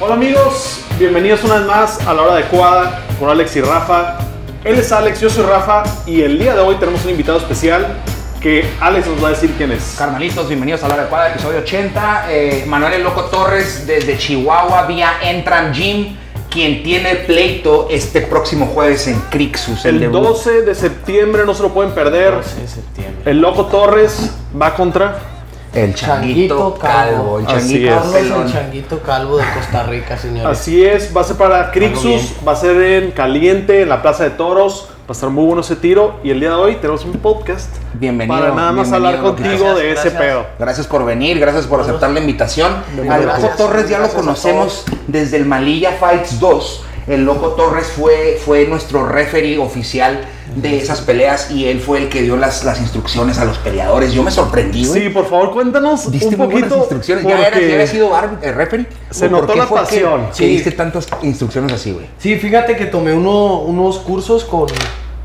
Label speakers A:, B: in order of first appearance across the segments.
A: Hola amigos, bienvenidos una vez más a la hora adecuada con Alex y Rafa. Él es Alex, yo soy Rafa y el día de hoy tenemos un invitado especial que Alex nos va a decir quién es.
B: Carnalitos, bienvenidos a la hora adecuada, episodio 80. Eh, Manuel El Loco Torres desde Chihuahua vía Entram Gym, quien tiene pleito este próximo jueves en Crixus.
A: El
B: debut.
A: 12 de septiembre no se lo pueden perder.
B: Ah,
C: 12 de septiembre.
A: El Loco Torres va contra...
B: El changuito
C: Changuito
B: calvo.
C: Calvo.
B: El
A: Así
B: changuito
A: es.
C: Carlos el
B: pelón.
C: Changuito Calvo de Costa Rica, señores.
A: Así es, va a ser para Crixus,
C: bien.
A: va a ser en Caliente, en la Plaza de Toros. Va a estar muy bueno ese tiro y el día de hoy tenemos un podcast
B: Bienvenido,
A: para nada más
B: bienvenido,
A: hablar contigo
B: gracias,
A: de ese
C: gracias.
A: pedo.
B: Gracias por venir, gracias por aceptar la invitación. Al Loco
C: Gracias,
B: Torres ya lo
C: gracias a
B: conocemos desde el Malilla Fights 2. El Loco Torres fue, fue nuestro referee oficial de esas peleas y él fue el que dio las, las instrucciones a los peleadores. Yo me sorprendí, güey.
A: Sí, por favor, cuéntanos
B: Diste
A: un
B: muy buenas
A: poquito.
B: instrucciones. ¿Ya, eras,
A: porque-
B: ya habías sido ar- eh, referee?
A: Se
B: ¿O por
A: notó
B: qué
A: la
B: fue que-
A: pasión.
B: Que,
C: Sí.
B: diste tantas instrucciones así, güey.
C: Sí, fíjate que tomé uno- unos cursos con,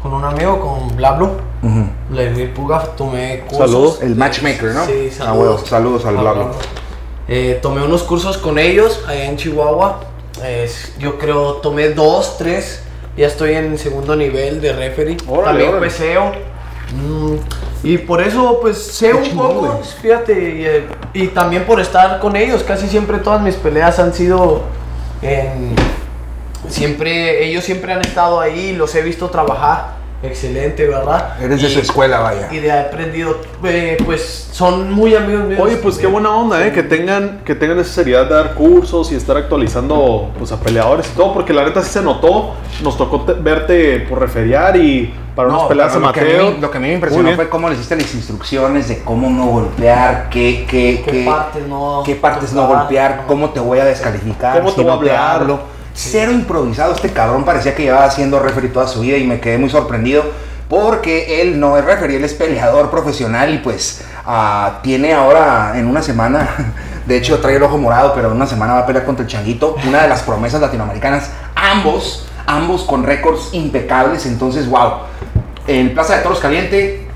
C: con un amigo, con Blablo. Vladimir Puga, tomé cursos.
A: Saludos.
B: El matchmaker, ¿no?
C: Sí,
B: Ah, huevo, saludos al
C: A
B: Blablo.
C: Eh, tomé unos cursos con ellos allá en Chihuahua. Es- yo creo tomé dos, tres. Ya estoy en segundo nivel de referee.
A: Órale,
C: También
A: órale.
C: peseo. Mm, y por eso, pues sé
B: Qué
C: un
B: chingón,
C: poco.
B: güey.
C: Fíjate. Y, eh, y también por estar con ellos. Casi siempre todas mis peleas han sido en siempre ellos siempre han estado ahí los he visto trabajar excelente verdad
B: Eres de
C: Y-
B: su escuela, vaya.
C: y de ahí he aprendido eh, pues son muy amigos míos
A: Oye, pues qué
C: también.
A: buena onda, ¿eh? Que tengan, que tengan esa seriedad de dar cursos y estar actualizando pues, a peleadores y todo, porque la neta sí se notó. Nos tocó te- verte por referiar y para unas
B: No,
A: peleas
B: pero
A: a
B: lo, que a
A: Mateo.
B: mí, lo que a mí me
A: Muy
B: impresionó
A: bien.
B: fue cómo les diste las instrucciones de cómo no golpear, qué, qué,
C: ¿Qué partes no
B: qué partes no
C: tocar?
B: golpear, cómo te voy a descalificar,
A: ¿Cómo te voy a
B: no
A: hablar?
B: hablo. Cero improvisado, este cabrón parecía que llevaba siendo referee toda su vida y me quedé muy sorprendido porque él no es referee, él es peleador profesional y pues ah, tiene ahora en una semana, de hecho trae el ojo morado, pero en una semana va a pelear contra el Changuito, una de las promesas latinoamericanas, ambos, ambos con récords impecables, entonces wow, en Plaza de Toros Caliente.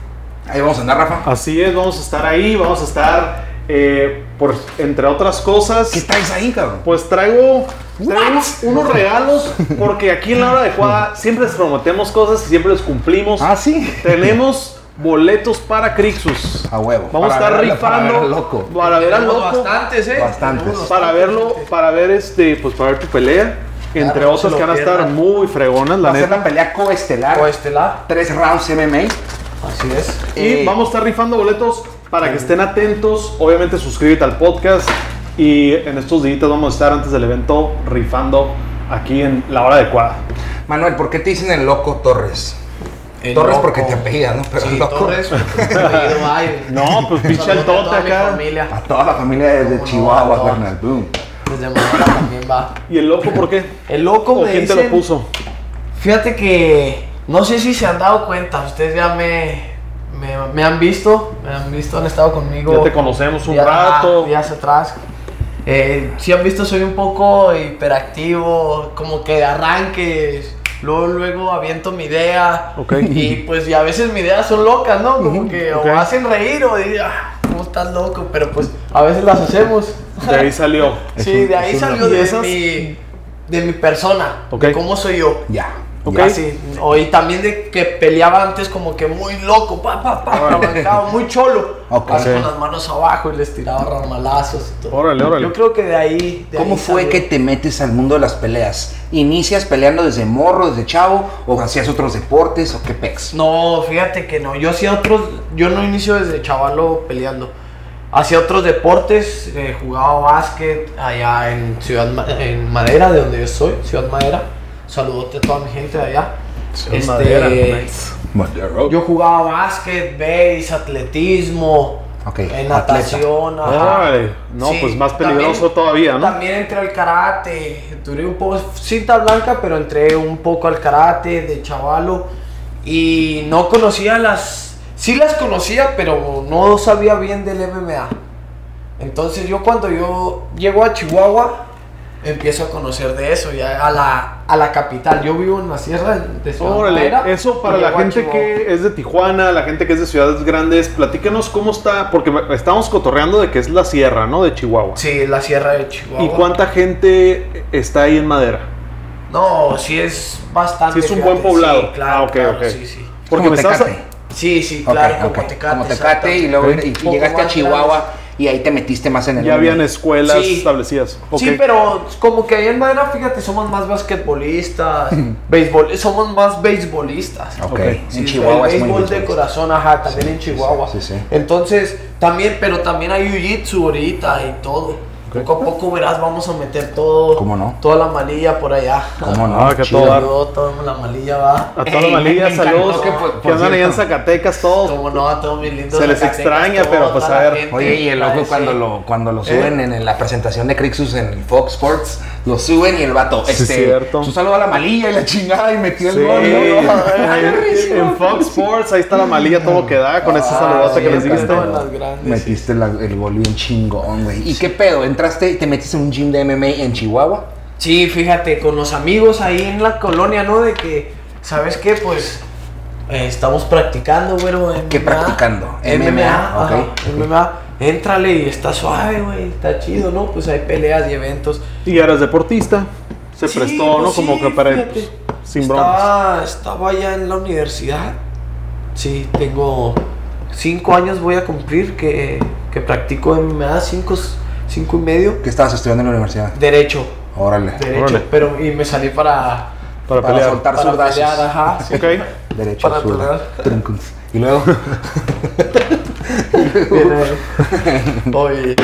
B: Ahí vamos a andar, Rafa.
A: Así es, vamos a estar ahí, vamos a estar, eh, por, entre otras cosas.
B: ¿Qué traes ahí, cabrón?
A: Pues traigo, traigo unos, unos regalos, porque aquí en la hora adecuada siempre les prometemos cosas y siempre les cumplimos.
B: Ah, sí.
A: Tenemos boletos para Crixus.
B: A huevo.
A: Vamos
B: Para
A: a estar
B: verla- para
A: rifando
B: verla loco.
A: Para ver al
C: Tenemos
A: loco.
C: bastantes eh
B: Bastantes.
C: Tenemos
A: Para verlo, para ver este, pues para ver tu pelea. Entre
C: Claro, no se
A: otras
C: lo
A: que van a estar
C: pierdan.
A: muy fregonas,
B: Va
A: la
B: a ser la
A: neta.
B: pelea coestelar.
C: o estelar
B: Tres rounds MMA.
C: así es
A: Y
B: Eh,
A: vamos a estar rifando boletos para que estén atentos. Obviamente suscríbete al podcast. Y en estos días vamos a estar antes del evento rifando aquí en la hora adecuada.
B: Manuel, ¿por qué te dicen el loco Torres?
C: El
B: Torres
C: loco.
B: porque te apellida, ¿no? Pero
C: sí,
B: el loco.
C: Torres porque me apellido, ay.
A: No, pues, pinche
C: Saludos a toda
A: altote
C: mi
A: acá.
C: familia.
B: A toda la familia desde
C: No,
B: Chihuahua,
C: no.
B: carnal. Boom.
C: Desde Manila también va.
A: ¿Y el loco por qué?
C: El loco
A: ¿O
C: me
A: quién te lo
C: dicen-
A: puso?
C: Fíjate que no sé si se han dado cuenta, ustedes ya me, me, me han visto, me han visto, han estado conmigo.
A: Ya te conocemos un
C: días-
A: rato.
C: ah, Días atrás. Eh, si han visto, soy un poco hiperactivo, como que de arranques, luego, luego aviento mi idea.
A: Ok.
C: Y pues y a veces mis ideas son locas, ¿no? Como que
A: ok.
C: o hacen reír o digo, ah, ¿cómo estás loco? Pero pues a veces las hacemos.
A: De ahí salió.
C: Sí, de ahí salió
A: una-
C: de,
A: ¿Y esas?
C: mi, de mi persona,
A: Ok.
C: de cómo soy yo.
B: Ya.
A: Ok.
B: ya.
C: Así, o, y también de que peleaba antes como que muy loco, pa, pa, pa, arrancaba, muy cholo.
B: Ok.
C: Así
A: Ok.
C: con las manos abajo y les tiraba ramalazos y todo.
A: Órale, órale.
C: Yo creo que de ahí. de
B: ¿Cómo
C: ahí
B: fue
C: salió.
B: que te metes al mundo de las peleas? ¿Inicias peleando desde morro, desde chavo? ¿O hacías otros deportes? ¿O qué pex?
C: No, fíjate que no. Yo hacía otros. Yo no inicio desde chavalo peleando. Hacía otros deportes. eh, jugaba básquet allá en Ciudad Ma- en Madera, de donde yo soy, Ciudad Madera. Saludote a toda mi gente de allá. Este,
A: En madera, nice.
B: Yo-
C: Yo jugaba básquet, base, atletismo,
B: Ok,
C: eh, natación. ajá.
A: Órale. No, pues más peligroso todavía, ¿no?
C: También entré al karate, duré un poco, cinta blanca, pero entré un poco al karate de chavalo y no conocía las, sí las conocía, pero no sabía bien del MMA. Entonces yo cuando yo llego a Chihuahua, empiezo a conocer de eso, ya a la, a la capital. Yo vivo en la sierra de Ciudad
A: Órale,
C: Madera,
A: eso para
C: y
A: la
C: llego a
A: gente
C: Chihuahua.
A: que es de Tijuana, la gente que es de ciudades grandes, platícanos cómo está, porque estamos cotorreando de que es la sierra, ¿no? De Chihuahua.
C: Sí, la sierra de Chihuahua.
A: ¿Y cuánta gente está ahí en madera?
C: No, sí es bastante.
A: Sí es un buen
C: fíjate,
A: poblado.
C: Sí, claro,
A: Ah, ok,
C: claro,
A: ok.
C: sí, sí.
A: Porque
B: Como
A: me estabas-
B: Tecate.
C: Sí, sí,
B: Ok,
C: claro,
B: ok.
C: como Tecate.
B: Como Tecate y luego
C: exactamente.
B: y-
C: Un
B: y
C: poco
B: llegaste a
C: más
B: Chihuahua
C: grande.
B: y ahí te metiste más en el
A: ya habían
B: mundo.
A: escuelas
C: Sí.
A: establecidas.
C: Sí,
A: Ok.
C: pero como que ahí en Madera, fíjate, somos más basquetbolistas, béisbol, somos más beisbolistas.
B: Ok,
A: Ok.
C: Sí,
B: en
C: el
B: Chihuahua es muy
C: béisbol de
B: béisbol.
C: corazón, ajá, también
B: Sí,
C: en Chihuahua.
B: sí, sí, sí.
C: Entonces, también, pero también hay jiu-jitsu ahorita y todo. Poco a poco verás, vamos a meter todo.
B: ¿Cómo no?
C: Toda la malilla por allá.
B: ¿Cómo no?
A: Ah, que
B: Chido.
A: todo dar.
C: Todo, toda la malilla va.
A: A toda la
B: Ey, me-
A: malilla,
B: me encantó
A: saludos.
B: que
A: Que,
B: por- por
A: andan allá en
B: cierto.
A: Zacatecas todos.
C: Como no, a todos mis lindos.
A: Se les
C: Zacatecas,
A: extraña,
C: todo,
A: pero pues,
C: toda
A: a
C: la
A: ver.
C: gente.
B: Oye, y el loco
C: Ay,
B: cuando
C: sí. Eh.
B: lo, cuando lo suben en, en la presentación de Crixus en Fox Sports, lo suben y el vato,
A: Sí,
B: este,
A: cierto.
B: su saludo a la malilla y la chingada y metió el
A: Sí,
B: gol. ¿no?
A: en, en Fox Sports, ahí está la malilla todo que da con ese
C: Ah,
A: saludote que
C: sí,
A: les dijiste.
C: todo en las grandes,
B: Metiste la- el gol bien chingón, güey. ¿Y qué pedo? ¿Entraste y te metiste en un gym de MMA en Chihuahua?
C: Sí, fíjate, con los amigos ahí en la colonia, ¿no? De que, ¿sabes qué? Pues eh, estamos practicando, güero.
B: ¿Qué
C: MMA.
B: practicando?
C: MMA,
B: MMA,
C: ajá,
B: ok.
C: MMA. Éntrale y está suave, güey. Está chido, ¿no? Pues hay peleas y eventos.
A: Y eras deportista. Se
C: Sí,
A: prestó,
C: pues
A: ¿no?
C: sí,
A: Como que para.
C: fíjate.
A: pues, sin broncas.
C: estaba, estaba allá en la universidad. Sí, tengo cinco años voy a cumplir que, que practico MMA, cinco, cinco y medio.
B: ¿Qué estabas estudiando en la universidad?
C: Derecho,
B: Órale.
C: derecho.
A: Órale.
C: Pero, y me salí para...
A: Para,
B: para
A: pelear.
B: soltar
C: para
B: zurdazos.
C: pelear, ajá, sí.
A: Ok.
B: Derecho
C: Para
B: zurdo.
C: pelear.
B: Truncus. Y luego,
C: Oye,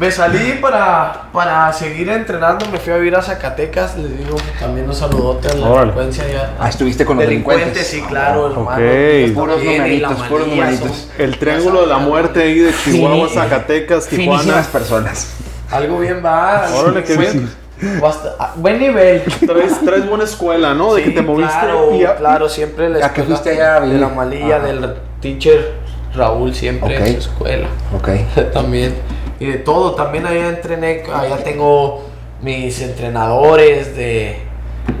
C: me salí para, para seguir entrenando, me fui a vivir a Zacatecas, les digo, también un saludote a la
A: Órale.
C: delincuencia ya.
B: ah, estuviste con los delincuentes.
C: sí, claro, hermano.
A: Ah, ok.
C: Ellos
B: Puros
C: también, y la
B: numeritos, puros
C: manilla,
B: numeritos.
C: son-
A: El triángulo de la muerte ahí de Chihuahua, Zacatecas, Tijuana.
B: Finísimas personas.
C: Algo bien va.
A: Órale, qué
C: sí,
A: bien.
C: sí. Basta- ah, Buen nivel.
A: Traes, traes buena escuela, ¿no? De
C: Sí,
A: que te moviste.
C: Claro,
A: y a-
C: claro, siempre la
B: ¿A qué
C: escuela
B: fuiste allá a
C: De
B: vivir?
C: la malilla,
B: Ajá.
C: del teacher Raúl, siempre
B: Ok.
C: en su escuela.
B: Ok.
C: también. Y de todo, también allá entrené, allá tengo mis entrenadores de,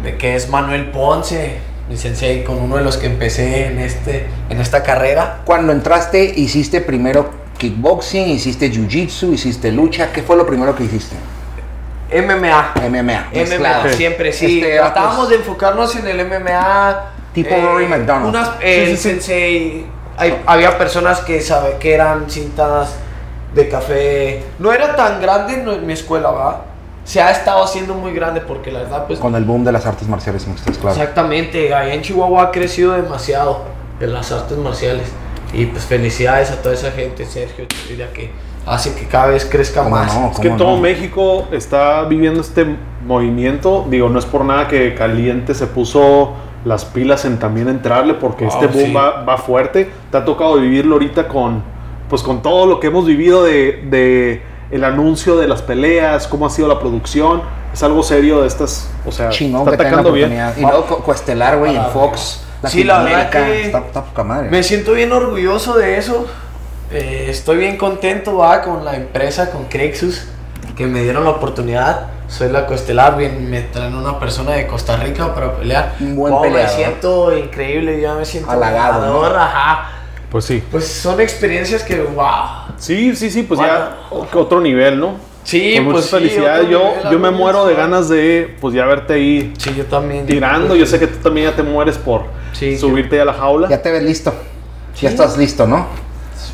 C: de que es Manuel Ponce, mi sensei, con uno de los que empecé en, este, en esta carrera.
B: Cuando entraste, hiciste primero kickboxing, hiciste jiu-jitsu, hiciste lucha. ¿Qué fue lo primero que hiciste?
C: MMA.
B: MMA.
C: MMA,
B: mezclado.
C: siempre sí.
B: Este,
C: Tratábamos
B: vatos-
C: de enfocarnos en el MMA.
B: Tipo Rory McDonald.
C: eh, unas-
B: Sí,
C: el
A: sí, sí.
C: sensei. hay- había personas que sabe, que eran cintas de café. No era tan grande en nu- mi escuela, ¿verdad? Se ha estado haciendo muy grande porque la verdad, pues.
B: Con el boom de las artes marciales mixtas, claro.
C: Exactamente, allá en Chihuahua ha crecido demasiado en las artes marciales. Y pues felicidades a toda esa gente, Sergio, te diría que hace que cada vez crezca
B: ¿Cómo
C: más.
B: no?
A: Es que
B: ¿Cómo
A: todo
B: no?
A: México está viviendo este movimiento. Digo, no es por nada que Caliente se puso las pilas en también entrarle porque
C: Ah,
A: este boom
C: sí.
A: va, va fuerte. Te ha tocado vivirlo ahorita con, pues, con todo lo que hemos vivido de, de el anuncio de las peleas, cómo ha sido la producción. Es algo serio de estas, o sea,
B: Chingón
A: está
B: que tengan la
A: atacando bien.
B: oportunidad. Y luego co- Coestelar, güey, en
C: Para
B: Fox.
C: arriba. Sí, la verdad
B: Latinoamérica,
C: que-
B: Está, está poca madre.
C: Me siento bien orgulloso de eso. Eh, estoy bien contento va con la empresa, con Crexus, que me dieron la oportunidad. Soy la Costelar, bien, me traen una persona de Costa Rica para pelear.
B: Un buen
C: Oh, Me
B: peleador.
C: siento increíble, ya me siento
B: Halagado, ¿no?
C: ganador, ajá.
A: Pues sí.
C: Pues son experiencias que, wow.
A: Sí, sí, sí, pues ya
C: Bueno.
A: otro nivel, ¿no?
C: Sí,
A: Con
C: pues
A: muchas
C: sí,
A: felicidades.
C: otro
A: Yo,
C: nivel,
A: yo me
C: algo
A: muero de
C: bien.
A: ganas de, pues ya verte ahí
C: Sí, yo también.
A: tirando. Yo sé que tú también ya te mueres por
C: Sí.
A: subirte a la jaula.
B: Ya te ves listo. Ya estás listo, ¿no?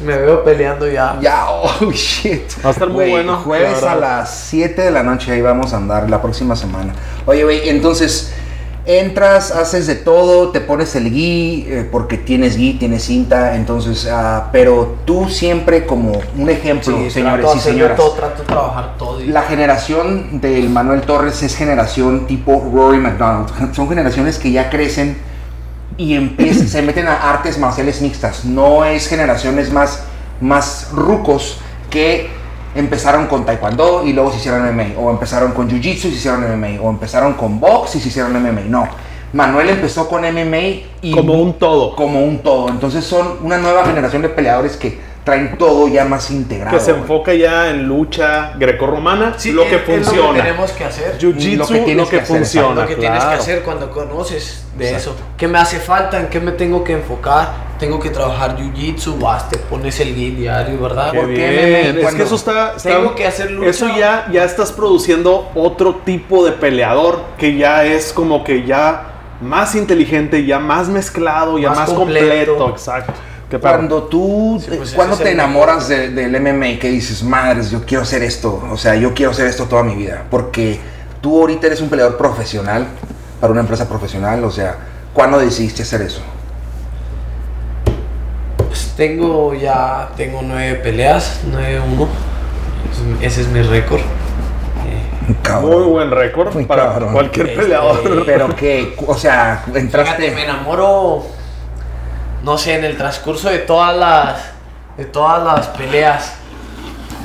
C: Me veo peleando ya.
B: Ya, oh shit.
A: Va a estar muy
B: Güey,
A: bueno, la
B: Jueves
A: verdad.
B: a las 7 de la noche ahí vamos a andar la próxima semana. Oye, güey, entonces entras, haces de todo, te pones el gi, eh, porque tienes gi, tienes cinta, entonces, ah, pero tú siempre como un ejemplo,
C: Sí,
B: señores
C: trato de
B: y
C: hacerle
B: señoras.
C: Todo, trato de trabajar todo. y-
B: La generación del Manuel Torres es generación tipo Rory McDonald. Son generaciones que ya crecen y empiezan, se meten a artes marciales mixtas. No es generaciones más, más rucos que empezaron con taekwondo y luego se hicieron MMA. O empezaron con jiu-jitsu y se hicieron MMA. O empezaron con box y se hicieron MMA. No. Manuel empezó con MMA y
A: como un todo.
B: como un todo. Entonces son una nueva generación de peleadores que traen todo ya más integrado.
A: que se
B: güey.
A: enfoca ya en lucha grecorromana,
C: Sí,
A: lo que
C: es- es Lo que
A: funciona.
C: tenemos que hacer.
A: Jiu-jitsu,
B: Lo que
A: lo que,
B: tienes que hacer,
A: funciona.
C: lo que tienes que
B: claro.
C: hacer cuando conoces de
B: Exacto.
C: eso. ¿Qué me hace falta? ¿En qué me tengo que enfocar? Tengo que trabajar jiu-jitsu, vas, te pones el gi diario, ¿verdad?
A: Qué
B: ¿Por qué,
A: bien.
B: meme?
A: Es que
B: Cuando
A: eso está, está-
C: tengo que hacer lucha.
A: Eso ya, ya estás produciendo otro tipo de peleador que ya es como que ya más inteligente, ya más mezclado, ya
C: Más
A: más completo.
C: completo.
A: Exacto. Qué perro.
B: Cuando tú,
C: Sí, pues,
B: cuando
C: ese es
B: te
C: el-
B: enamoras de- del MMA que dices, madres, yo quiero hacer esto, o sea, yo quiero hacer esto toda mi vida, porque tú ahorita eres un peleador profesional para una empresa profesional, o sea, ¿cuándo decidiste hacer eso?
C: Pues tengo ya, tengo nueve peleas, 9-1. Es- Ese es mi récord. Eh,
B: Cabrón.
A: Muy buen récord
B: Muy
A: para
B: cabrón.
A: cualquier
C: Este,
A: peleador.
B: Pero que, o sea,
C: Fíjate, me
B: entraste.
C: enamoro, no sé, en el transcurso de todas las, de todas las peleas,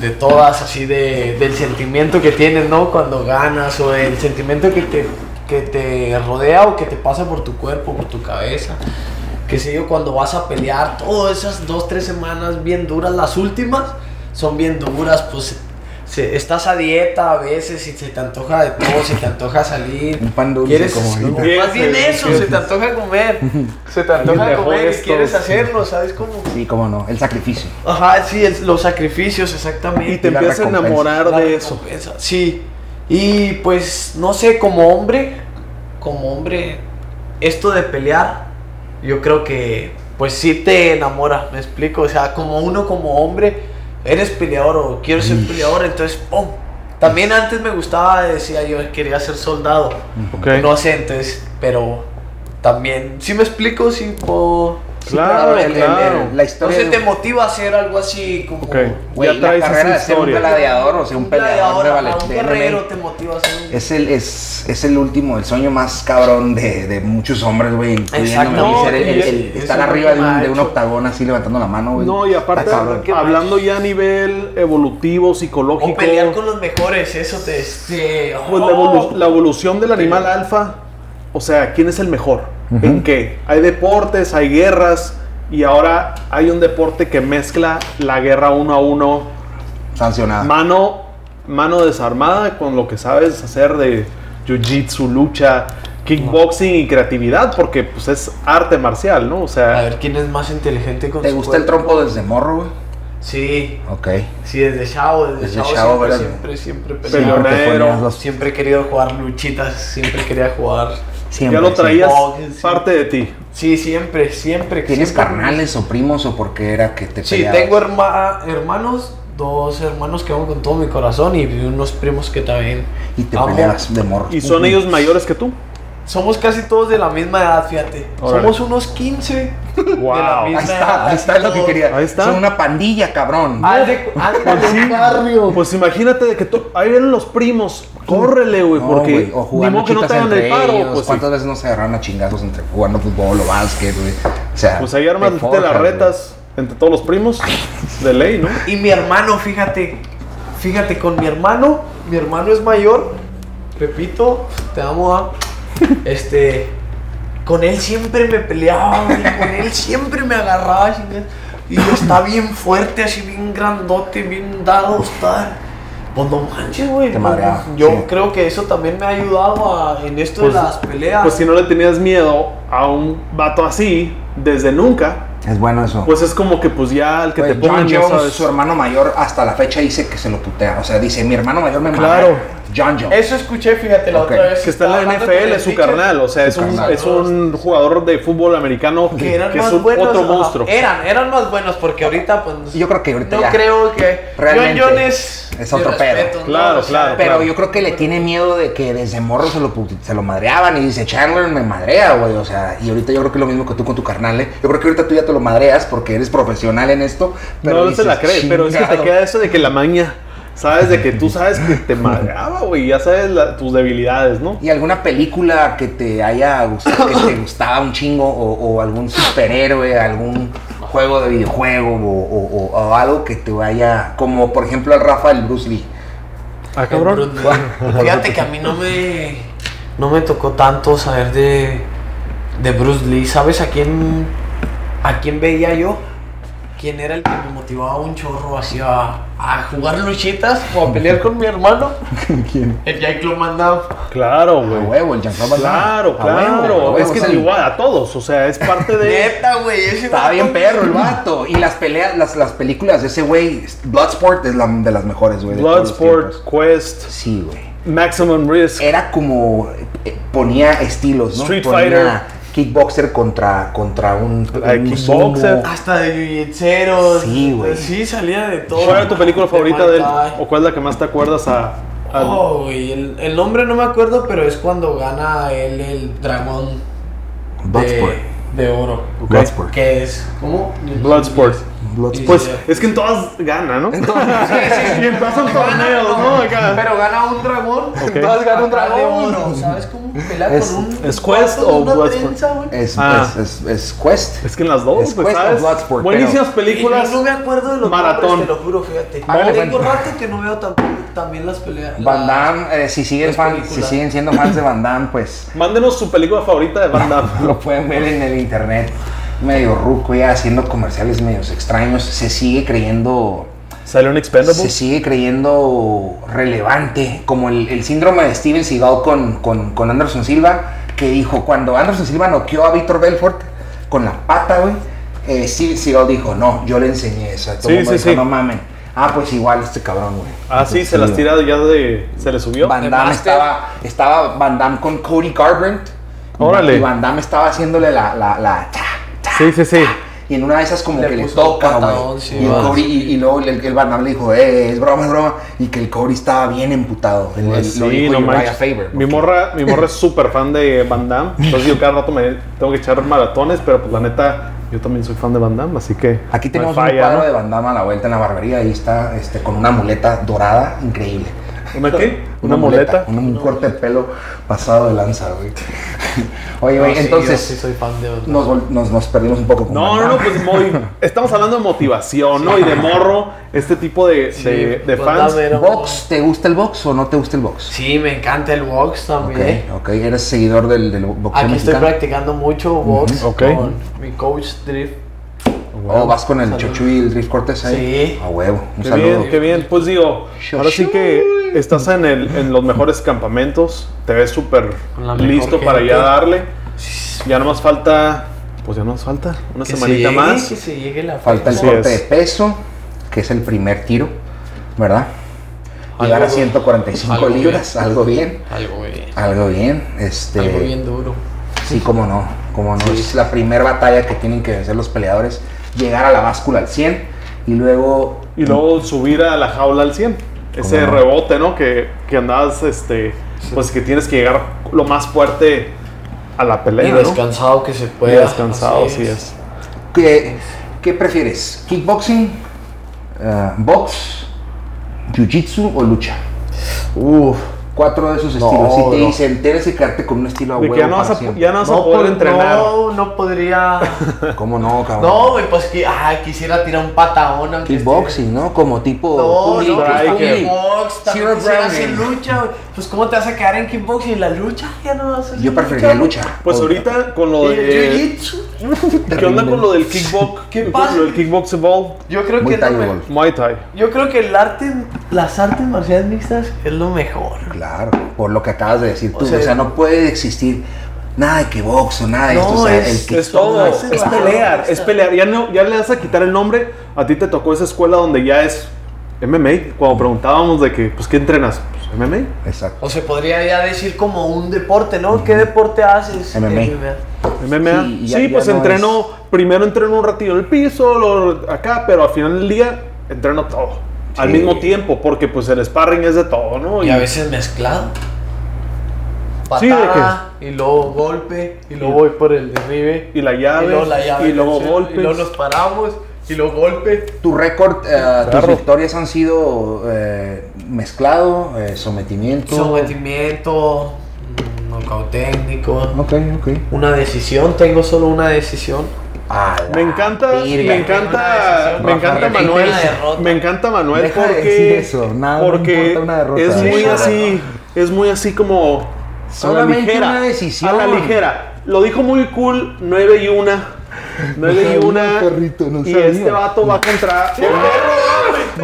C: de todas, así de, del sentimiento que tienes, ¿no? Cuando ganas o el sentimiento que te, que te rodea o que te pasa por tu cuerpo, por tu cabeza. Que sé yo, cuando vas a pelear, todas esas dos, tres semanas bien duras, las últimas son bien duras, pues se- estás a dieta a veces y se te antoja de todo, se te antoja salir.
B: Un pan dulce
C: quieres,
B: como ahorita.
C: más bien eso, se te antoja comer. Se te antoja
A: Mejor
C: comer y
A: esto,
C: quieres
A: sí.
C: hacerlo, ¿sabes cómo?
B: Sí, cómo no, el sacrificio.
C: Ajá, sí, es- los sacrificios, exactamente.
A: Y te
B: Y la
A: empiezas a
B: recompensa.
A: enamorar
C: La
A: de eso.
C: recompensa, Sí. Y pues, no sé, como hombre, como hombre, esto de pelear, yo creo que, pues sí te enamora, me explico. O sea, como uno, como hombre, eres peleador o quiero ser
B: Ish.
C: peleador, entonces, ¡pum! También antes me gustaba, decía yo, quería ser soldado.
A: Ok.
C: No sé, entonces, pero también, si me explico, si puedo... sí
A: Claro,
C: puedo entender.
A: claro.
B: la historia.
C: No sé,
B: de-
C: te motiva a hacer algo así como...
A: Ok.
B: Güey,
A: Ya traes
B: la
A: esa
B: carrera de ser un
A: historia.
B: gladiador, o sea, un peleador de
C: gladiador, ajá,
B: ballet.
C: Un guerrero te motiva a ser un...
B: Es el, es, es el último, el sueño más cabrón de, de muchos hombres, güey, incluyéndome.
C: Exacto.
B: a mí, ser el- el- el-
C: Es-
B: estar
C: es un
B: arriba de un,
C: macho.
B: de un octagón así levantando la mano, güey.
A: No, y aparte,
B: Está cabrón.
C: qué
A: hablando ya a nivel evolutivo, psicológico.
C: O pelear con los mejores, eso te... te-
A: Pues la,
C: ¡oh!
A: evolu- la evolución del animal alfa, o sea, ¿quién es el mejor? ¿En qué? Hay deportes, hay guerras, y ahora hay un deporte que mezcla la guerra uno a uno,
B: Sancionado.
A: mano, mano desarmada con lo que sabes hacer de jiu-jitsu, lucha, kickboxing y creatividad, porque pues es arte marcial, ¿no? O
C: A
A: sea,
C: ver, ¿quién es más inteligente con
B: ¿Te
C: su
B: gusta el
C: cuerpo?
B: trompo desde morro, güey?
C: Sí,
B: Ok.
C: sí, desde chavo, desde,
B: Desde
C: chavo,
B: chavo,
C: siempre,
B: ¿verdad?
C: siempre, siempre
A: Peleonero.
C: peleaba.
B: Siempre te ponías los-
C: Siempre he querido jugar luchitas, siempre quería jugar...
B: siempre,
A: ya lo traías
C: siempre.
A: parte de ti.
C: Sí, siempre, siempre.
B: siempre. ¿Tienes
C: siempre.
B: carnales o primos o por qué era que te
C: Sí,
B: peleabas?
C: tengo herma- hermanos, dos hermanos que amo con todo mi corazón y unos primos que también
B: Y te
C: amo.
B: peleabas de morro.
A: ¿Y son
B: Ujú.
A: ellos mayores que tú?
C: Somos casi todos de la misma edad, fíjate.
A: Órale.
C: Somos unos 15.
A: Wow.
C: De la
B: Ahí
C: misma
B: está,
C: edad,
B: ahí está lo que
C: todos.
B: quería.
A: Ahí está.
B: Son una pandilla, cabrón.
C: Haz de- haz de-
A: Pues imagínate de que tú- ahí vienen los primos, córrele, güey,
B: No,
A: porque
B: güey, o jugar
A: ni modo que no te
B: luchitas
A: hagan el
B: entre
A: paro,
B: ellos,
A: pues sí.
B: ¿Cuántas veces no se agarraron a chingazos entre jugando fútbol o básquet, güey? O sea,
A: Pues ahí armas
B: te
A: te las
B: forjas,
A: retas entre todos los primos de ley, ¿no?
C: Y mi hermano, fíjate. Fíjate, con mi hermano, mi hermano es mayor. Pepito, te amo a. Este. Con él siempre me peleaba, güey, con él siempre me agarraba. chinga. Y yo estaba bien fuerte, así bien grandote, bien dado, está. Pues no manches, güey.
B: Te
C: pues,
B: marea,
C: Yo
B: sí.
C: creo que eso también me ha ayudado a- en esto
A: Pues-
C: de las peleas.
A: Pues si no le tenías miedo a un vato así desde nunca,
B: güey. Es bueno eso.
A: pues es como que pues ya el que
B: Güey,
A: te
B: John
A: pongan ya
B: Jones,
A: sabes.
B: su hermano mayor, hasta la fecha dice que se lo putea. O sea, dice, mi hermano mayor me
A: Claro.
B: mama". John Jones.
C: Eso escuché, fíjate, la
B: Ok.
C: otra vez.
A: que está en
C: estaba
A: la
C: hablando con
A: NFL,
C: el
A: es su
C: teacher.
A: carnal, o sea, es
B: Su
A: un,
B: carnal.
A: es un jugador de fútbol americano
C: que
A: que,
C: eran
A: que es
C: más
A: un-
C: buenos.
A: otro
C: ajá.
A: monstruo.
C: Eran, eran más buenos porque ahorita, pues.
B: Yo creo que ahorita
C: No
B: ya.
C: creo que.
B: Realmente
C: John John es.
B: es otro
C: yo
B: pedo.
C: respeto, ¿no?
A: Claro,
C: O sea,
A: claro.
B: Pero yo creo que le tiene miedo de que desde morro se lo, put- se lo madreaban y dice, Chandler me madrea, güey. O sea, y ahorita yo creo que es lo mismo que tú con tu carnal. ¿eh? Yo creo que ahorita tú ya te lo madreas porque eres profesional en esto. Pero
A: no no se la
B: dices,
A: cree, pero es que te
B: "Chingado".
A: queda eso de que la maña, sabes de que tú sabes que te madreaba, güey, ya sabes la- tus debilidades, ¿no?
B: ¿Y alguna película que te haya gustado, que te gustaba un chingo? O, o algún superhéroe, algún juego de videojuego o, o- o- o algo que te vaya... Como por ejemplo el Rafa del Bruce Lee.
A: Ah,
C: El
A: cabrón.
C: Bruce Lee. Fíjate que a mí no me. No me tocó tanto saber de. De Bruce Lee. ¿Sabes a quién. A quién veía yo? quién era el que me motivaba un chorro así a, a jugar luchitas o a pelear con mi hermano.
B: ¿Quién?
C: El Jake lo mandaba.
A: Claro,
B: A
A: güey.
B: huevo, el Jean-Claude Van Damme.
A: Claro,
B: A huevo,
A: claro.
B: a huevo,
A: es que
B: o sea,
A: igual a todos, o sea, es parte de...
C: Neta, güey. ese
B: Estaba
C: vato-
B: bien perro el vato. Y las peleas, las, las películas de ese güey, Bloodsport es la, de las mejores, güey. de todos los
A: Bloodsport,
B: tiempos.
A: Quest,
B: Sí, güey.
A: Maximum Risk.
B: Era como. eh, Ponía estilos, ¿no?
A: Street
B: Ponía
A: Fighter.
B: Kickboxer contra, contra un.
A: Ah,
B: un
A: kickboxer.
B: sumo.
C: Hasta de yuyetseros.
B: Sí, güey.
C: Sí, salía de todo.
A: ¿Cuál era tu película
C: De
A: favorita
C: eh, Muay
A: de él?
C: Thai.
A: ¿O cuál es la que más te acuerdas a... a-
C: Oh, güey, el, el nombre no me acuerdo, pero es cuando gana él el dragón
B: Bloodsport.
C: de, de oro.
A: Ok.
B: Bloodsport.
C: Que es, ¿cómo?
A: Bloodsport.
B: Bloodsport.
A: Pues es que en todas gana, ¿no? y en todas son torneos, ¿no? Acá.
C: Pero gana un dragón.
B: Entonces gana un
C: Acá de
B: dragón.
C: oro, ¿Sabes cómo pelear
B: Es-
C: con un
A: ¿es Quest
C: pato de
A: o
C: una
A: Bloodsport?
C: trenza, güey?
B: Es,
A: Ah.
B: es, es, es Quest.
A: Es que en las dos,
B: Es
A: pues,
B: Quest of
A: ¿sabes?
B: Bloodsport,
A: Buenísimas
C: Y
A: películas.
C: yo no me acuerdo de los
A: Maratón.
C: nombres, te lo juro, fíjate.
B: Vale,
C: Tengo
B: bueno.
C: rato que no veo tam- también las peleas.
B: Van
C: la-
B: Damme, eh, si, siguen
C: las
B: fan, si
C: películas.
B: siguen siendo fans de Van Damme, pues
A: Mándenos su película favorita de Van Damme.
B: lo pueden ver en el internet. Medio ruco ya haciendo comerciales medios extraños. Se sigue creyendo.
A: ¿Salió un
B: se
A: Expendable?
B: sigue creyendo relevante, como el, el síndrome de Steven Seagal con, con, con Anderson Silva, que dijo, cuando Anderson Silva noqueó a Víctor Belfort con la pata, güey, eh, Steven Seagal dijo, no, yo le enseñé eso. Todo
A: Sí,
B: el mundo
A: sí,
B: dijo,
A: sí.
B: no mamen. Ah, pues igual este cabrón, güey.
A: Ah, sí, se las tira ya de. Se le subió.
B: Van
C: de
B: Damme
C: Master.
B: estaba, estaba Van Damme con Cody Garbrandt.
A: Órale.
B: Y Van Damme estaba haciéndole la... la, la cha, cha,
A: Sí, sí, sí.
B: y en una de esas como
C: Le
B: que le
C: puso
B: toca,
C: un
B: güey.
C: patadón, sí,
B: y, el
C: va.
B: Cody- y, y luego el, el Van Damme le dijo, eh, es broma, es broma. Y que el Cody estaba bien emputado. El- el-
A: Pues Sí,
B: lo dijo
A: no
B: Uriah
A: manches.
B: Faber.
A: Mi morra, mi morra es súper fan de Van Damme. Entonces yo cada rato me tengo que echar maratones, pero pues la neta, yo también soy fan de Van Damme, así que.
B: Aquí
A: no
B: tenemos
A: hay
B: un
A: falla,
B: cuadro
A: ¿no?
B: de Van Damme a la vuelta en la barbería. Ahí está este, con una muleta dorada increíble.
A: ¿Una qué? Una muleta.
B: un- un corte de pelo pasado de lanza, güey. Oye,
C: No,
A: Ah,
B: güey,
C: sí,
B: entonces
C: yo sí soy fan de Van Damme.
B: nos, vol- nos, nos perdimos un poco con
A: No,
B: Van
A: no, no,
B: Damme.
A: pues muy. Estamos hablando de motivación, ¿no? Y de morro, este tipo de,
C: Sí,
A: de,
B: pues,
A: de
C: Van
A: fans.
C: Damme era un-
B: ¿Box? ¿Te gusta el box o no te gusta el box?
C: Sí, me encanta el box
B: Ok,
C: también.
B: ok. ¿Eres seguidor del, del boxeo
C: Aquí estoy
B: mexicano?
C: practicando mucho box
A: Ujú, ok.
C: con mi coach Drift.
B: Oh, vas con el
C: Salud.
B: Chochu y el Riff Cortés ahí.
C: Sí.
B: A huevo. Un
A: Qué
B: saludo.
A: bien, qué bien. Pues digo, ahora sí que estás en, el, en los mejores campamentos, te ves súper
C: Con la mejor
A: listo para ya
C: gente.
A: darle. Ya nomás falta, pues ya nomás falta una
C: Que se
A: semanita
C: llegue,
A: más.
C: Que se llegue la
B: Falta el
A: Así
C: fecha.
B: corte
A: es.
B: de peso, que es el primer tiro, ¿verdad? Llegar a
C: Algo-
B: 145
C: algo bien.
B: libras, algo bien.
C: Algo bien.
B: Algo bien. Este,
C: Algo bien duro.
B: Sí, cómo no. Cómo no. Es la primera batalla que tienen que vencer los peleadores. Llegar a la báscula al 100 y luego.
A: Y luego subir a la jaula al 100. Ese
B: ¿Cómo no?
A: rebote, ¿no? Que, que andabas, este, pues que tienes que llegar lo más fuerte a la
C: Y
A: pelea, ¿no?
C: descansado que se
A: Y
C: pueda.
A: descansado,
C: así
A: sí es.
B: ¿Qué, qué prefieres? ¿Kickboxing? eh, ¿Box? ¿Jiu-Jitsu o lucha?
C: Uf.
B: cuatro de esos
C: No,
B: estilos. Si te
C: no.
B: dicen, tienes que quedarte con un estilo a
A: De
B: huevo.
A: que ya no
B: para
A: vas a,
B: siempre".
A: ya no vas a poder
C: pod-
A: entrenar.
C: No, no podría.
B: ¿Cómo no, cabrón?
C: No, güey, pues que. Ah, quisiera tirar un patadón. aunque
B: Kickboxing, este- ¿no? Como tipo.
C: No,
B: Kuli,
C: no, pues,
A: Striker.
B: Kuli.
C: kickbox, también
B: Zero
C: quisieras
B: Browning.
C: en lucha, güey. Pues cómo te vas a quedar en kickboxing, la lucha ya no vas a hacer
B: Yo preferiría lucha.
A: Pues ahorita con lo
C: Y el
A: de...
C: jiu-jitsu,
A: ¿Qué onda con lo del kickbox?
C: ¿Qué
A: con
C: pasa?
A: lo del kickbox evolve?
C: Yo creo
B: Muy
C: que es lo
B: Tiger
C: me-
B: Wolf.
A: Muay Thai.
C: yo creo que el arte, las artes marciales mixtas es lo mejor.
B: Claro, por lo que acabas de decir tú. O sea,
C: sea-
B: no puede existir nada de que box o nada de
C: No,
B: esto. O sea,
C: es-
B: el que.
A: Es todo,
C: Ese
A: es
C: va.
A: pelear, es pelear. Ya, no, ya le vas a quitar el nombre. A ti te tocó esa escuela donde ya es MMA. Cuando preguntábamos de que, pues, ¿qué entrenas? Pues, MMA.
B: Exacto.
C: O se podría ya decir como un deporte, ¿no? ¿Qué deporte haces?
B: MMA.
A: MMA.
B: Sí,
A: Sí,
B: ya- ya
A: pues
B: no
A: entreno, primero entreno un ratito en el piso, lo- acá, pero al final del día entreno todo. Al
B: Sí.
A: mismo tiempo, porque pues el sparring es de todo, ¿no?
C: Y a veces mezclado.
A: Sí, de
C: Patada, y luego golpe, y luego voy por el derribe.
A: y la llave,
C: y luego la llave,
A: y luego golpes.
C: y luego nos paramos, y luego golpe.
B: Tu récord, eh, tus
A: Claro.
B: victorias han sido eh, mezclado, eh, sometimiento.
C: Sometimiento, mm, knockout técnico.
B: Ok, ok.
C: Una decisión, tengo solo una decisión.
B: A la
A: Me encanta,
B: virga.
A: me encanta,
C: Rafa,
A: me encanta
C: repite
A: Manuel,
C: la derrota.
A: me encanta Manuel
B: Deja de
A: porque
B: decir eso, nada, no
A: porque
B: importa una derrota.
A: es
B: Sí,
A: muy
C: claro.
A: así, es muy así como a
B: Solamente
A: la ligera,
B: una decisión.
A: a la ligera. Lo dijo muy cool, 9 y una. No leí
B: sabía,
A: una.
B: perrito, no
A: y
B: sabía.
A: este vato va contra.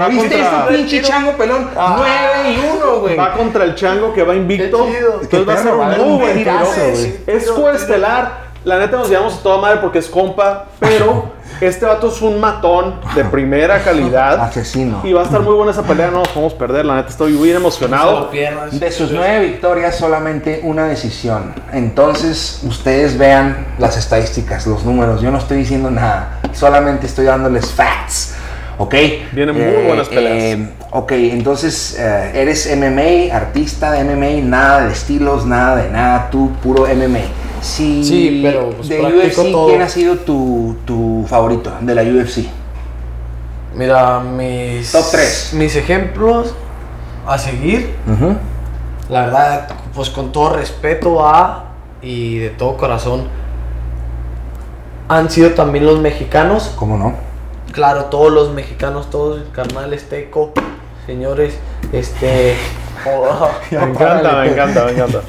A: Va
B: ¿Viste
A: contra-
B: ese pinche chango pelón? 9 y 1, güey.
A: Va contra el chango que va invicto.
C: Qué chido.
A: Entonces va a
B: Qué
A: ser
B: perro, va a
A: un
B: dar
A: muy
B: un
A: buen
B: tirazo,
A: tiro.
B: güey.
A: Es coestelar. La neta nos llevamos a toda madre porque es compa, pero este vato es un matón de primera calidad.
B: Asesino.
A: Y va a estar muy buena esa pelea, no nos podemos perder. La neta estoy muy emocionado.
B: De sus nueve victorias, solamente una decisión. Entonces, ustedes vean las estadísticas, los números. Yo no estoy diciendo nada, solamente estoy dándoles facts. ¿Ok? Eh,
A: Vienen muy buenas peleas.
B: ok, entonces eh, eres MMA, artista de MMA, nada de estilos, nada de nada, tú puro MMA. Si
C: Sí, pero, pues,
B: de
C: practico
B: UFC,
C: todo.
B: ¿quién ha sido tu, tu favorito de la UFC?
C: Mira, mis.
B: Top tres.
C: Mis ejemplos a seguir.
B: Ujú.
C: La verdad, pues con todo respeto a y de todo corazón. Han sido también los mexicanos.
B: ¿Cómo no?
C: Claro, todos los mexicanos, todos, carnal, esteco, señores, este. oh,
A: Me encanta, me encanta, me encanta.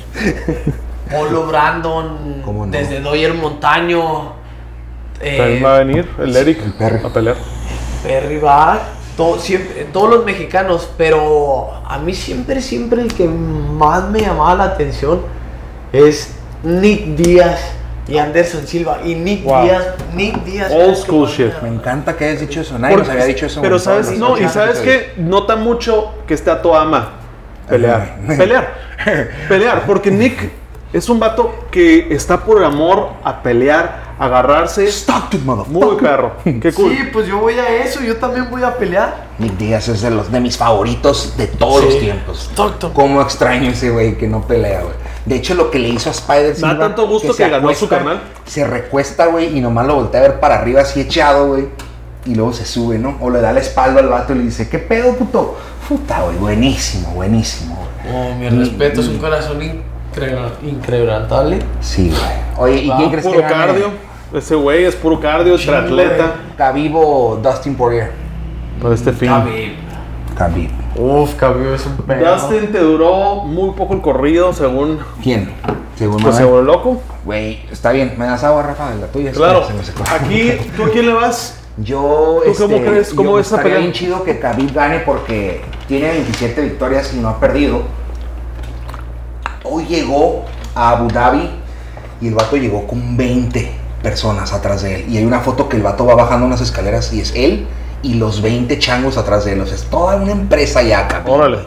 C: Polo Brandon,
B: ¿Cómo no?
C: desde Doyer Montaño, eh,
A: También va a venir el Eric
B: el perro.
A: a pelear.
C: Perry Bag, todo- siempre- todos los mexicanos, pero a mí siempre, siempre el que más me llamaba la atención es Nick Díaz y Anderson Silva. Y Nick
A: Wow.
C: Díaz, Nick Díaz.
A: Old
C: era el que
A: school
C: más me
A: shit.
C: llamaba.
B: Me encanta que hayas dicho eso. Nadie nos
A: Porque-
B: había dicho eso.
A: Pero
B: en todas
A: sabes,
B: las
A: no, y
B: ocho
A: sabes
B: entrevistas.
A: que nota mucho que esté a toda ama. Pelear.
B: Ajá.
A: Pelear. Pelear. Porque Nick es un vato que está por el amor a pelear, a agarrarse.
B: Stockton, motherfucker.
A: Muy perro. Qué cool.
C: Sí, pues yo voy a eso, yo también voy a pelear.
B: Nick Díaz es de, los, de mis favoritos de todos
C: Sí.
B: los tiempos.
C: Stockton.
B: Cómo extraño ese güey que no pelea, güey. De hecho, lo que le hizo a Spider Silva...
A: tanto gusto
B: se
A: que ganó su carnal.
B: Se recuesta, güey, y nomás lo voltea a ver para arriba así echado, güey. Y luego se sube, ¿no? O le da la espalda al vato y le dice, ¿qué pedo, puto? Puta, güey, buenísimo, buenísimo, güey.
C: Oh, mi respeto, es un corazón incre- increbrantable.
B: Sí, güey. Oye, ¿y
C: Ah,
B: quién crees que
A: Puro
B: gane?
A: cardio. Ese güey es puro cardio, es
C: Chingo,
A: atleta.
B: Khabib o Dustin Poirier?
A: Para este fin.
C: Khabib.
B: Khabib.
C: Uf, Khabib es un perro.
A: Dustin te duró muy poco el corrido, según.
B: ¿Quién? Según
A: Pues
B: Manuel.
A: según el loco.
B: Güey, está bien. ¿Me das agua, Rafa? de La tuya.
A: Claro.
B: Se me secó.
A: Aquí, ¿tú a quién le vas?
B: Yo,
A: ¿Tú cómo
B: este,
A: crees? ¿Cómo
B: yo
A: ves esa
B: estaría
A: pelea?
B: bien chido que Khabib gane porque tiene 27 victorias y no ha perdido. Hoy llegó a Abu Dhabi y el vato llegó con 20 personas atrás de él. Y hay una foto que el vato va bajando unas escaleras y es él y los 20 changos atrás de él. O sea, es toda una empresa ya, Khabib.
A: Órale.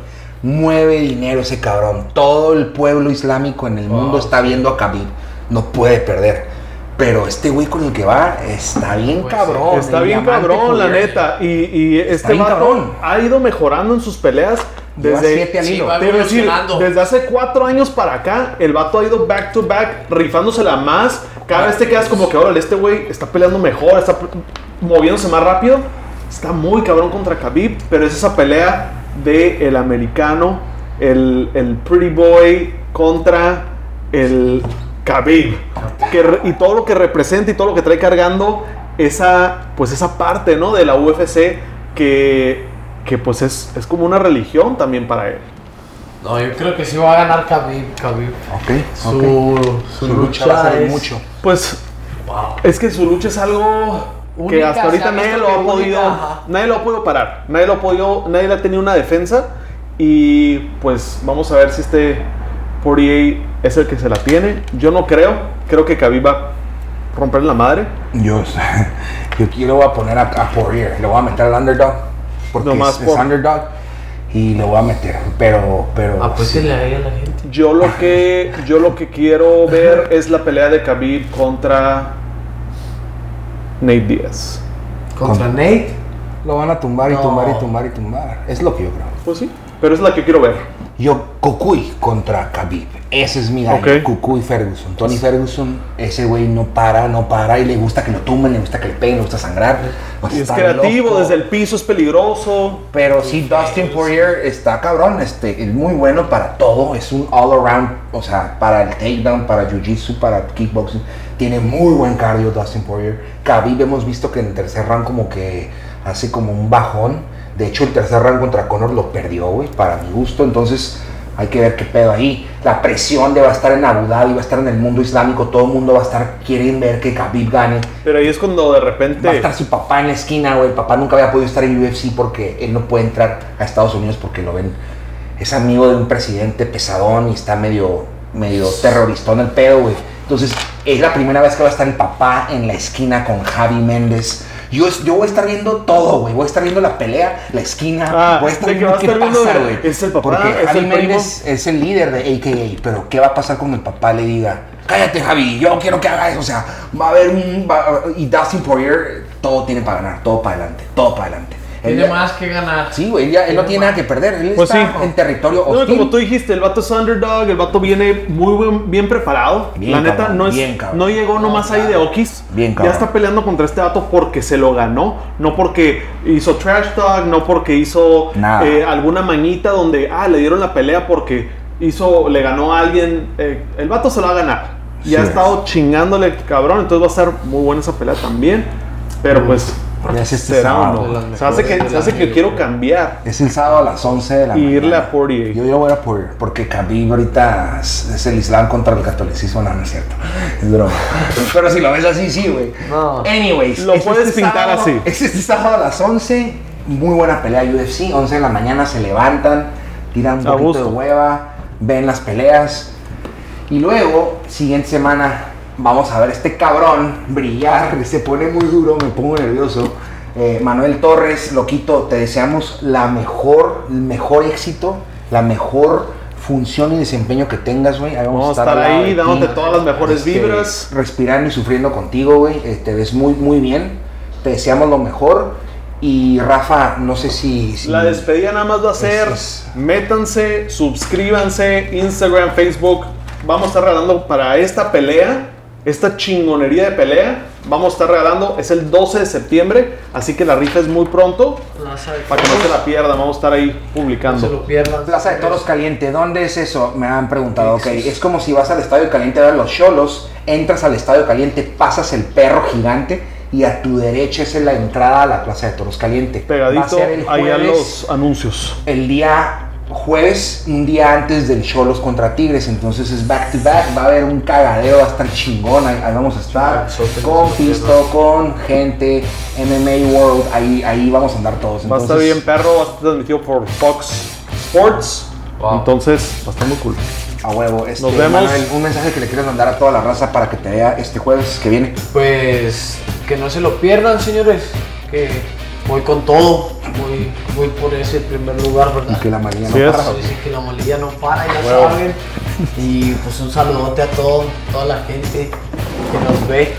B: Mueve dinero ese cabrón. Todo el pueblo islámico en el mundo está viendo a Khabib. No puede perder. Pero este güey con el que va está bien
C: Pues sí.
B: cabrón.
A: Está
B: el
A: bien
B: diamante
A: cabrón, la
B: Poirier.
A: neta. Y, y este
B: bien
A: vato
B: cabrón.
A: ha ido mejorando en sus peleas
B: Lleva
A: desde.
B: siete al
C: Sí,
B: hilo.
C: va-
A: Te iba a decir,
C: evolucionando.
A: desde hace cuatro años para acá, el vato ha ido back to back, rifándosela más. Cada vez te quedas como que, órale, este güey está peleando mejor, está p- moviéndose más rápido. Está muy cabrón contra Khabib, pero es esa pelea de el americano, el, el pretty boy contra el Khabib. Que re- y todo lo que representa y todo lo que trae cargando esa, pues esa parte, ¿no? De la UFC que, que pues es, es como una religión también para él.
C: No, yo creo que sí va a ganar Khabib. Khabib.
B: Ok,
C: Su,
B: ok.
C: su
B: Su lucha va a ser
C: es-
B: mucho.
A: Pues
C: Wow.
A: es que su lucha es algo que
C: Única,
A: hasta
C: se
A: ahorita
C: ha visto
A: nadie lo
C: que
A: ha
C: única,
A: podido,
C: ajá.
A: nadie lo ha podido parar, nadie lo ha podido, nadie le ha tenido una defensa y pues vamos a ver si este Poirier es el que se la tiene. Yo no creo, creo que Khabib va a romper la madre.
B: Yo, yo quiero voy a poner a, a Poirier, lo voy a meter al underdog, porque
A: Nomás
B: es, es
A: por-
B: underdog, y lo voy a meter, pero... pero
A: Ah, pues
C: Apuéstenle ahí a la gente.
A: Yo lo que yo lo que quiero ver es la pelea de Khabib contra Nate Diaz.
C: Contra
B: Con-
C: Nate.
B: Lo van a tumbar y
C: No.
B: tumbar y tumbar y tumbar, es lo que yo creo.
A: Pues sí, pero es la que quiero ver.
B: Yo, Cucuy contra Khabib, ese es mi gallo,
A: Ok.
B: Cucuy Ferguson. Tony Ferguson, ese güey no para, no para, y le gusta que lo tumben, le gusta que le peguen, le gusta sangrar. O sea,
A: Y es
B: está
A: creativo,
B: loco.
A: desde el piso es peligroso.
B: Pero sí, Dustin Poirier está cabrón, este, es muy bueno para todo, es un all around, o sea, para el takedown, para jiu-jitsu, para kickboxing, tiene muy buen cardio Dustin Poirier. Khabib hemos visto que en el tercer round como que hace como un bajón, de hecho el tercer round contra Conor lo perdió, güey, para mi gusto, entonces Hay que ver qué pedo ahí. La presión de va a estar en Abu Dhabi, va a estar en el mundo islámico, todo el mundo va a estar, quieren ver que Khabib gane.
A: Pero ahí es cuando de
B: Va a
A: repente.
B: estar su papá en la esquina, güey. El papá nunca había podido estar en el UFC porque él no puede entrar a Estados Unidos porque lo ven. Es amigo de un presidente pesadón y está medio, medio terroristón el pedo, güey. Entonces, es la primera vez que va a estar el papá en la esquina con Javi Méndez. Yo, es- yo voy a estar viendo todo, güey. Voy a estar viendo la pelea, la esquina.
A: Ah,
B: voy a estar
A: de que
B: viendo
A: vas a
B: qué
A: estar viendo
B: pasa,
A: el-
B: güey.
A: es el papá,
B: Porque
A: es
B: Javi
A: el primo.
B: Méndez es el líder de AKA. Pero, ¿qué va a pasar cuando el papá le diga? Cállate, Javi, yo quiero que haga eso. O sea, va a haber un. va- y Dustin Poirier, todo tiene para ganar, todo para adelante, todo para adelante. Él
C: Tiene
B: ya-
C: más que ganar.
B: Sí, güey, él, ya- él no tiene nada que perder. Él
A: Pues
B: está
A: sí.
B: en territorio
A: No,
B: hostil.
A: como tú dijiste, el vato es underdog, el vato viene muy buen- bien preparado.
B: Bien,
A: la neta,
B: cabrón,
A: no, es,
B: bien, cabrón.
A: no llegó nomás ahí de Okis.
B: Bien,
A: ya
B: cabrón.
A: está peleando contra este vato porque se lo ganó, no porque hizo trash talk, no porque hizo
B: Nada.
A: eh, alguna manita donde ah, le dieron la pelea porque hizo, le ganó a alguien. eh, el vato se lo va a ganar. Y
B: Sí
A: ha
B: es.
A: estado chingándole, cabrón. Entonces va a ser muy buena esa pelea también. Pero pues,
B: Ya es este
A: será o
B: sábado.
C: De las
A: no. Se hace
C: mejores
A: que,
C: de
A: se hace
C: la
A: que
C: liga.
A: quiero cambiar
B: Es el sábado a las 11 de la
A: y
B: mañana.
A: irle a 48.
B: Yo, yo voy a por porque Khabib ahorita es, es el Islam contra el catolicismo, no, no es cierto. Es broma. Pero si lo ves así, sí, güey.
C: No.
B: Anyways. este
A: Lo puedes pintar
B: sábado-
A: así.
B: Es este sábado a las 11. Muy buena pelea UFC. 11 de la mañana se levantan, tiran un
A: A
B: poquito de
A: gusto.
B: hueva, ven las peleas. Y luego, siguiente semana, vamos a ver a este cabrón brillar. Se pone muy duro, me pongo nervioso. Eh, Manuel Torres, loquito, te deseamos la mejor, el mejor éxito, la mejor función y desempeño que tengas, güey. Ahí
A: Vamos a
B: al
A: estar
B: lado
A: ahí
B: de ti.
A: dándote todas las mejores
B: Este,
A: vibras.
B: Respirando y sufriendo contigo, güey. Eh, te ves muy, muy bien. Te deseamos lo mejor. Y Rafa, no sé si. si-
A: La despedida nada más va a ser,
B: Eso es.
A: métanse, suscríbanse, Instagram, Facebook. Vamos a estar regalando para esta pelea, esta chingonería de pelea. Vamos a estar regalando, es el 12 de septiembre, así que la rifa es muy pronto.
C: Plaza de
A: Para que no se la pierdan, vamos a estar ahí
C: No se
A: publicando.
C: lo pierdan.
B: Plaza de Toros Caliente, ¿dónde es eso? Me han preguntado, ok, es como si vas al Estadio Caliente a ver los cholos, entras al Estadio Caliente, pasas el perro gigante y a tu derecha es la entrada a la Plaza de Toros Caliente. Va a
A: Pegadito
B: ser el
A: ahí a
B: jueves,
A: los anuncios.
B: El día jueves, un día antes del Cholos contra Tigres, entonces es back to back, va a haber un cagadero, va a estar chingón, ahí, ahí vamos a estar
C: Chingonzote,
B: con
C: no se lo
B: Pisto, con gente, MMA World, ahí, ahí vamos a andar todos.
A: Va a estar
B: entonces-
A: bien perro, va a estar transmitido por Fox Sports.
C: Wow.
A: Entonces, va a estar muy cool.
B: A huevo. Este,
A: Nos vemos.
B: Manuel, un mensaje que le quieres mandar a toda la raza para que te vea este jueves que viene.
C: Pues que no se lo pierdan, señores. Que voy con todo. Voy, voy por ese primer lugar,
B: Y
C: ¿verdad?
B: que la mañana
A: Sí
B: no
A: es.
B: para.
C: Eso dice que la molilla no para, ya
A: Huevo.
C: saben. Y pues un saludote a todo, toda la gente que nos ve.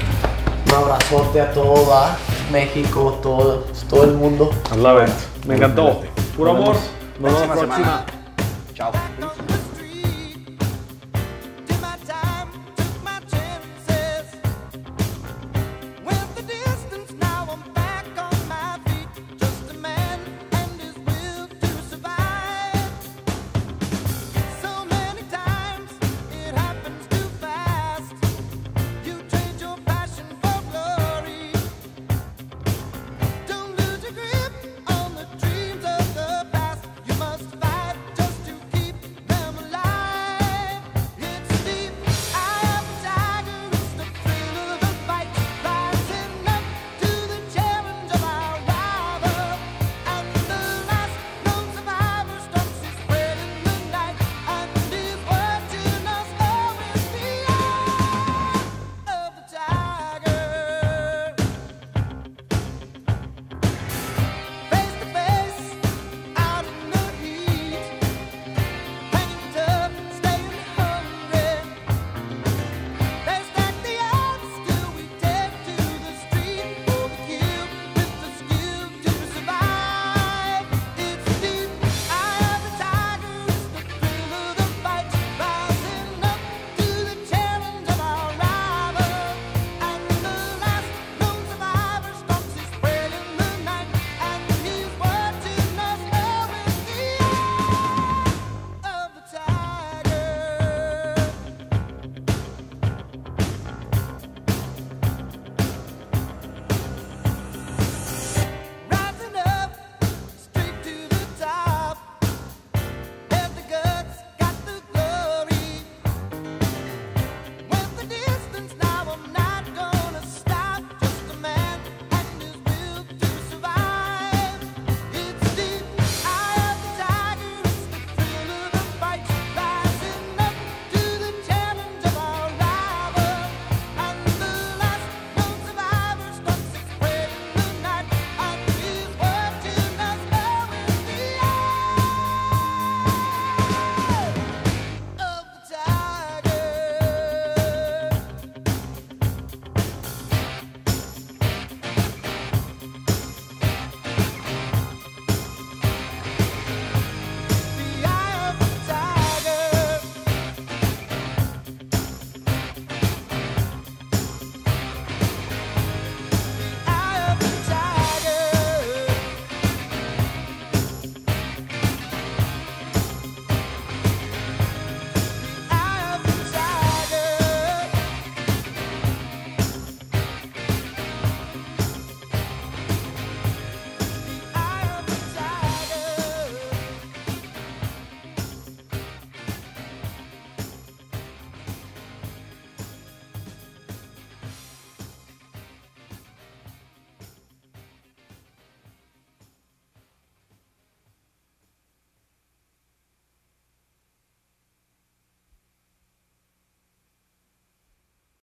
C: Un abrazote a todo, ¿va? México, todo, todo el mundo.
B: Pues
A: I love it. Me encantó. Puro amor. Nos vemos
B: Próxima
A: próxima.
B: semana. Chao.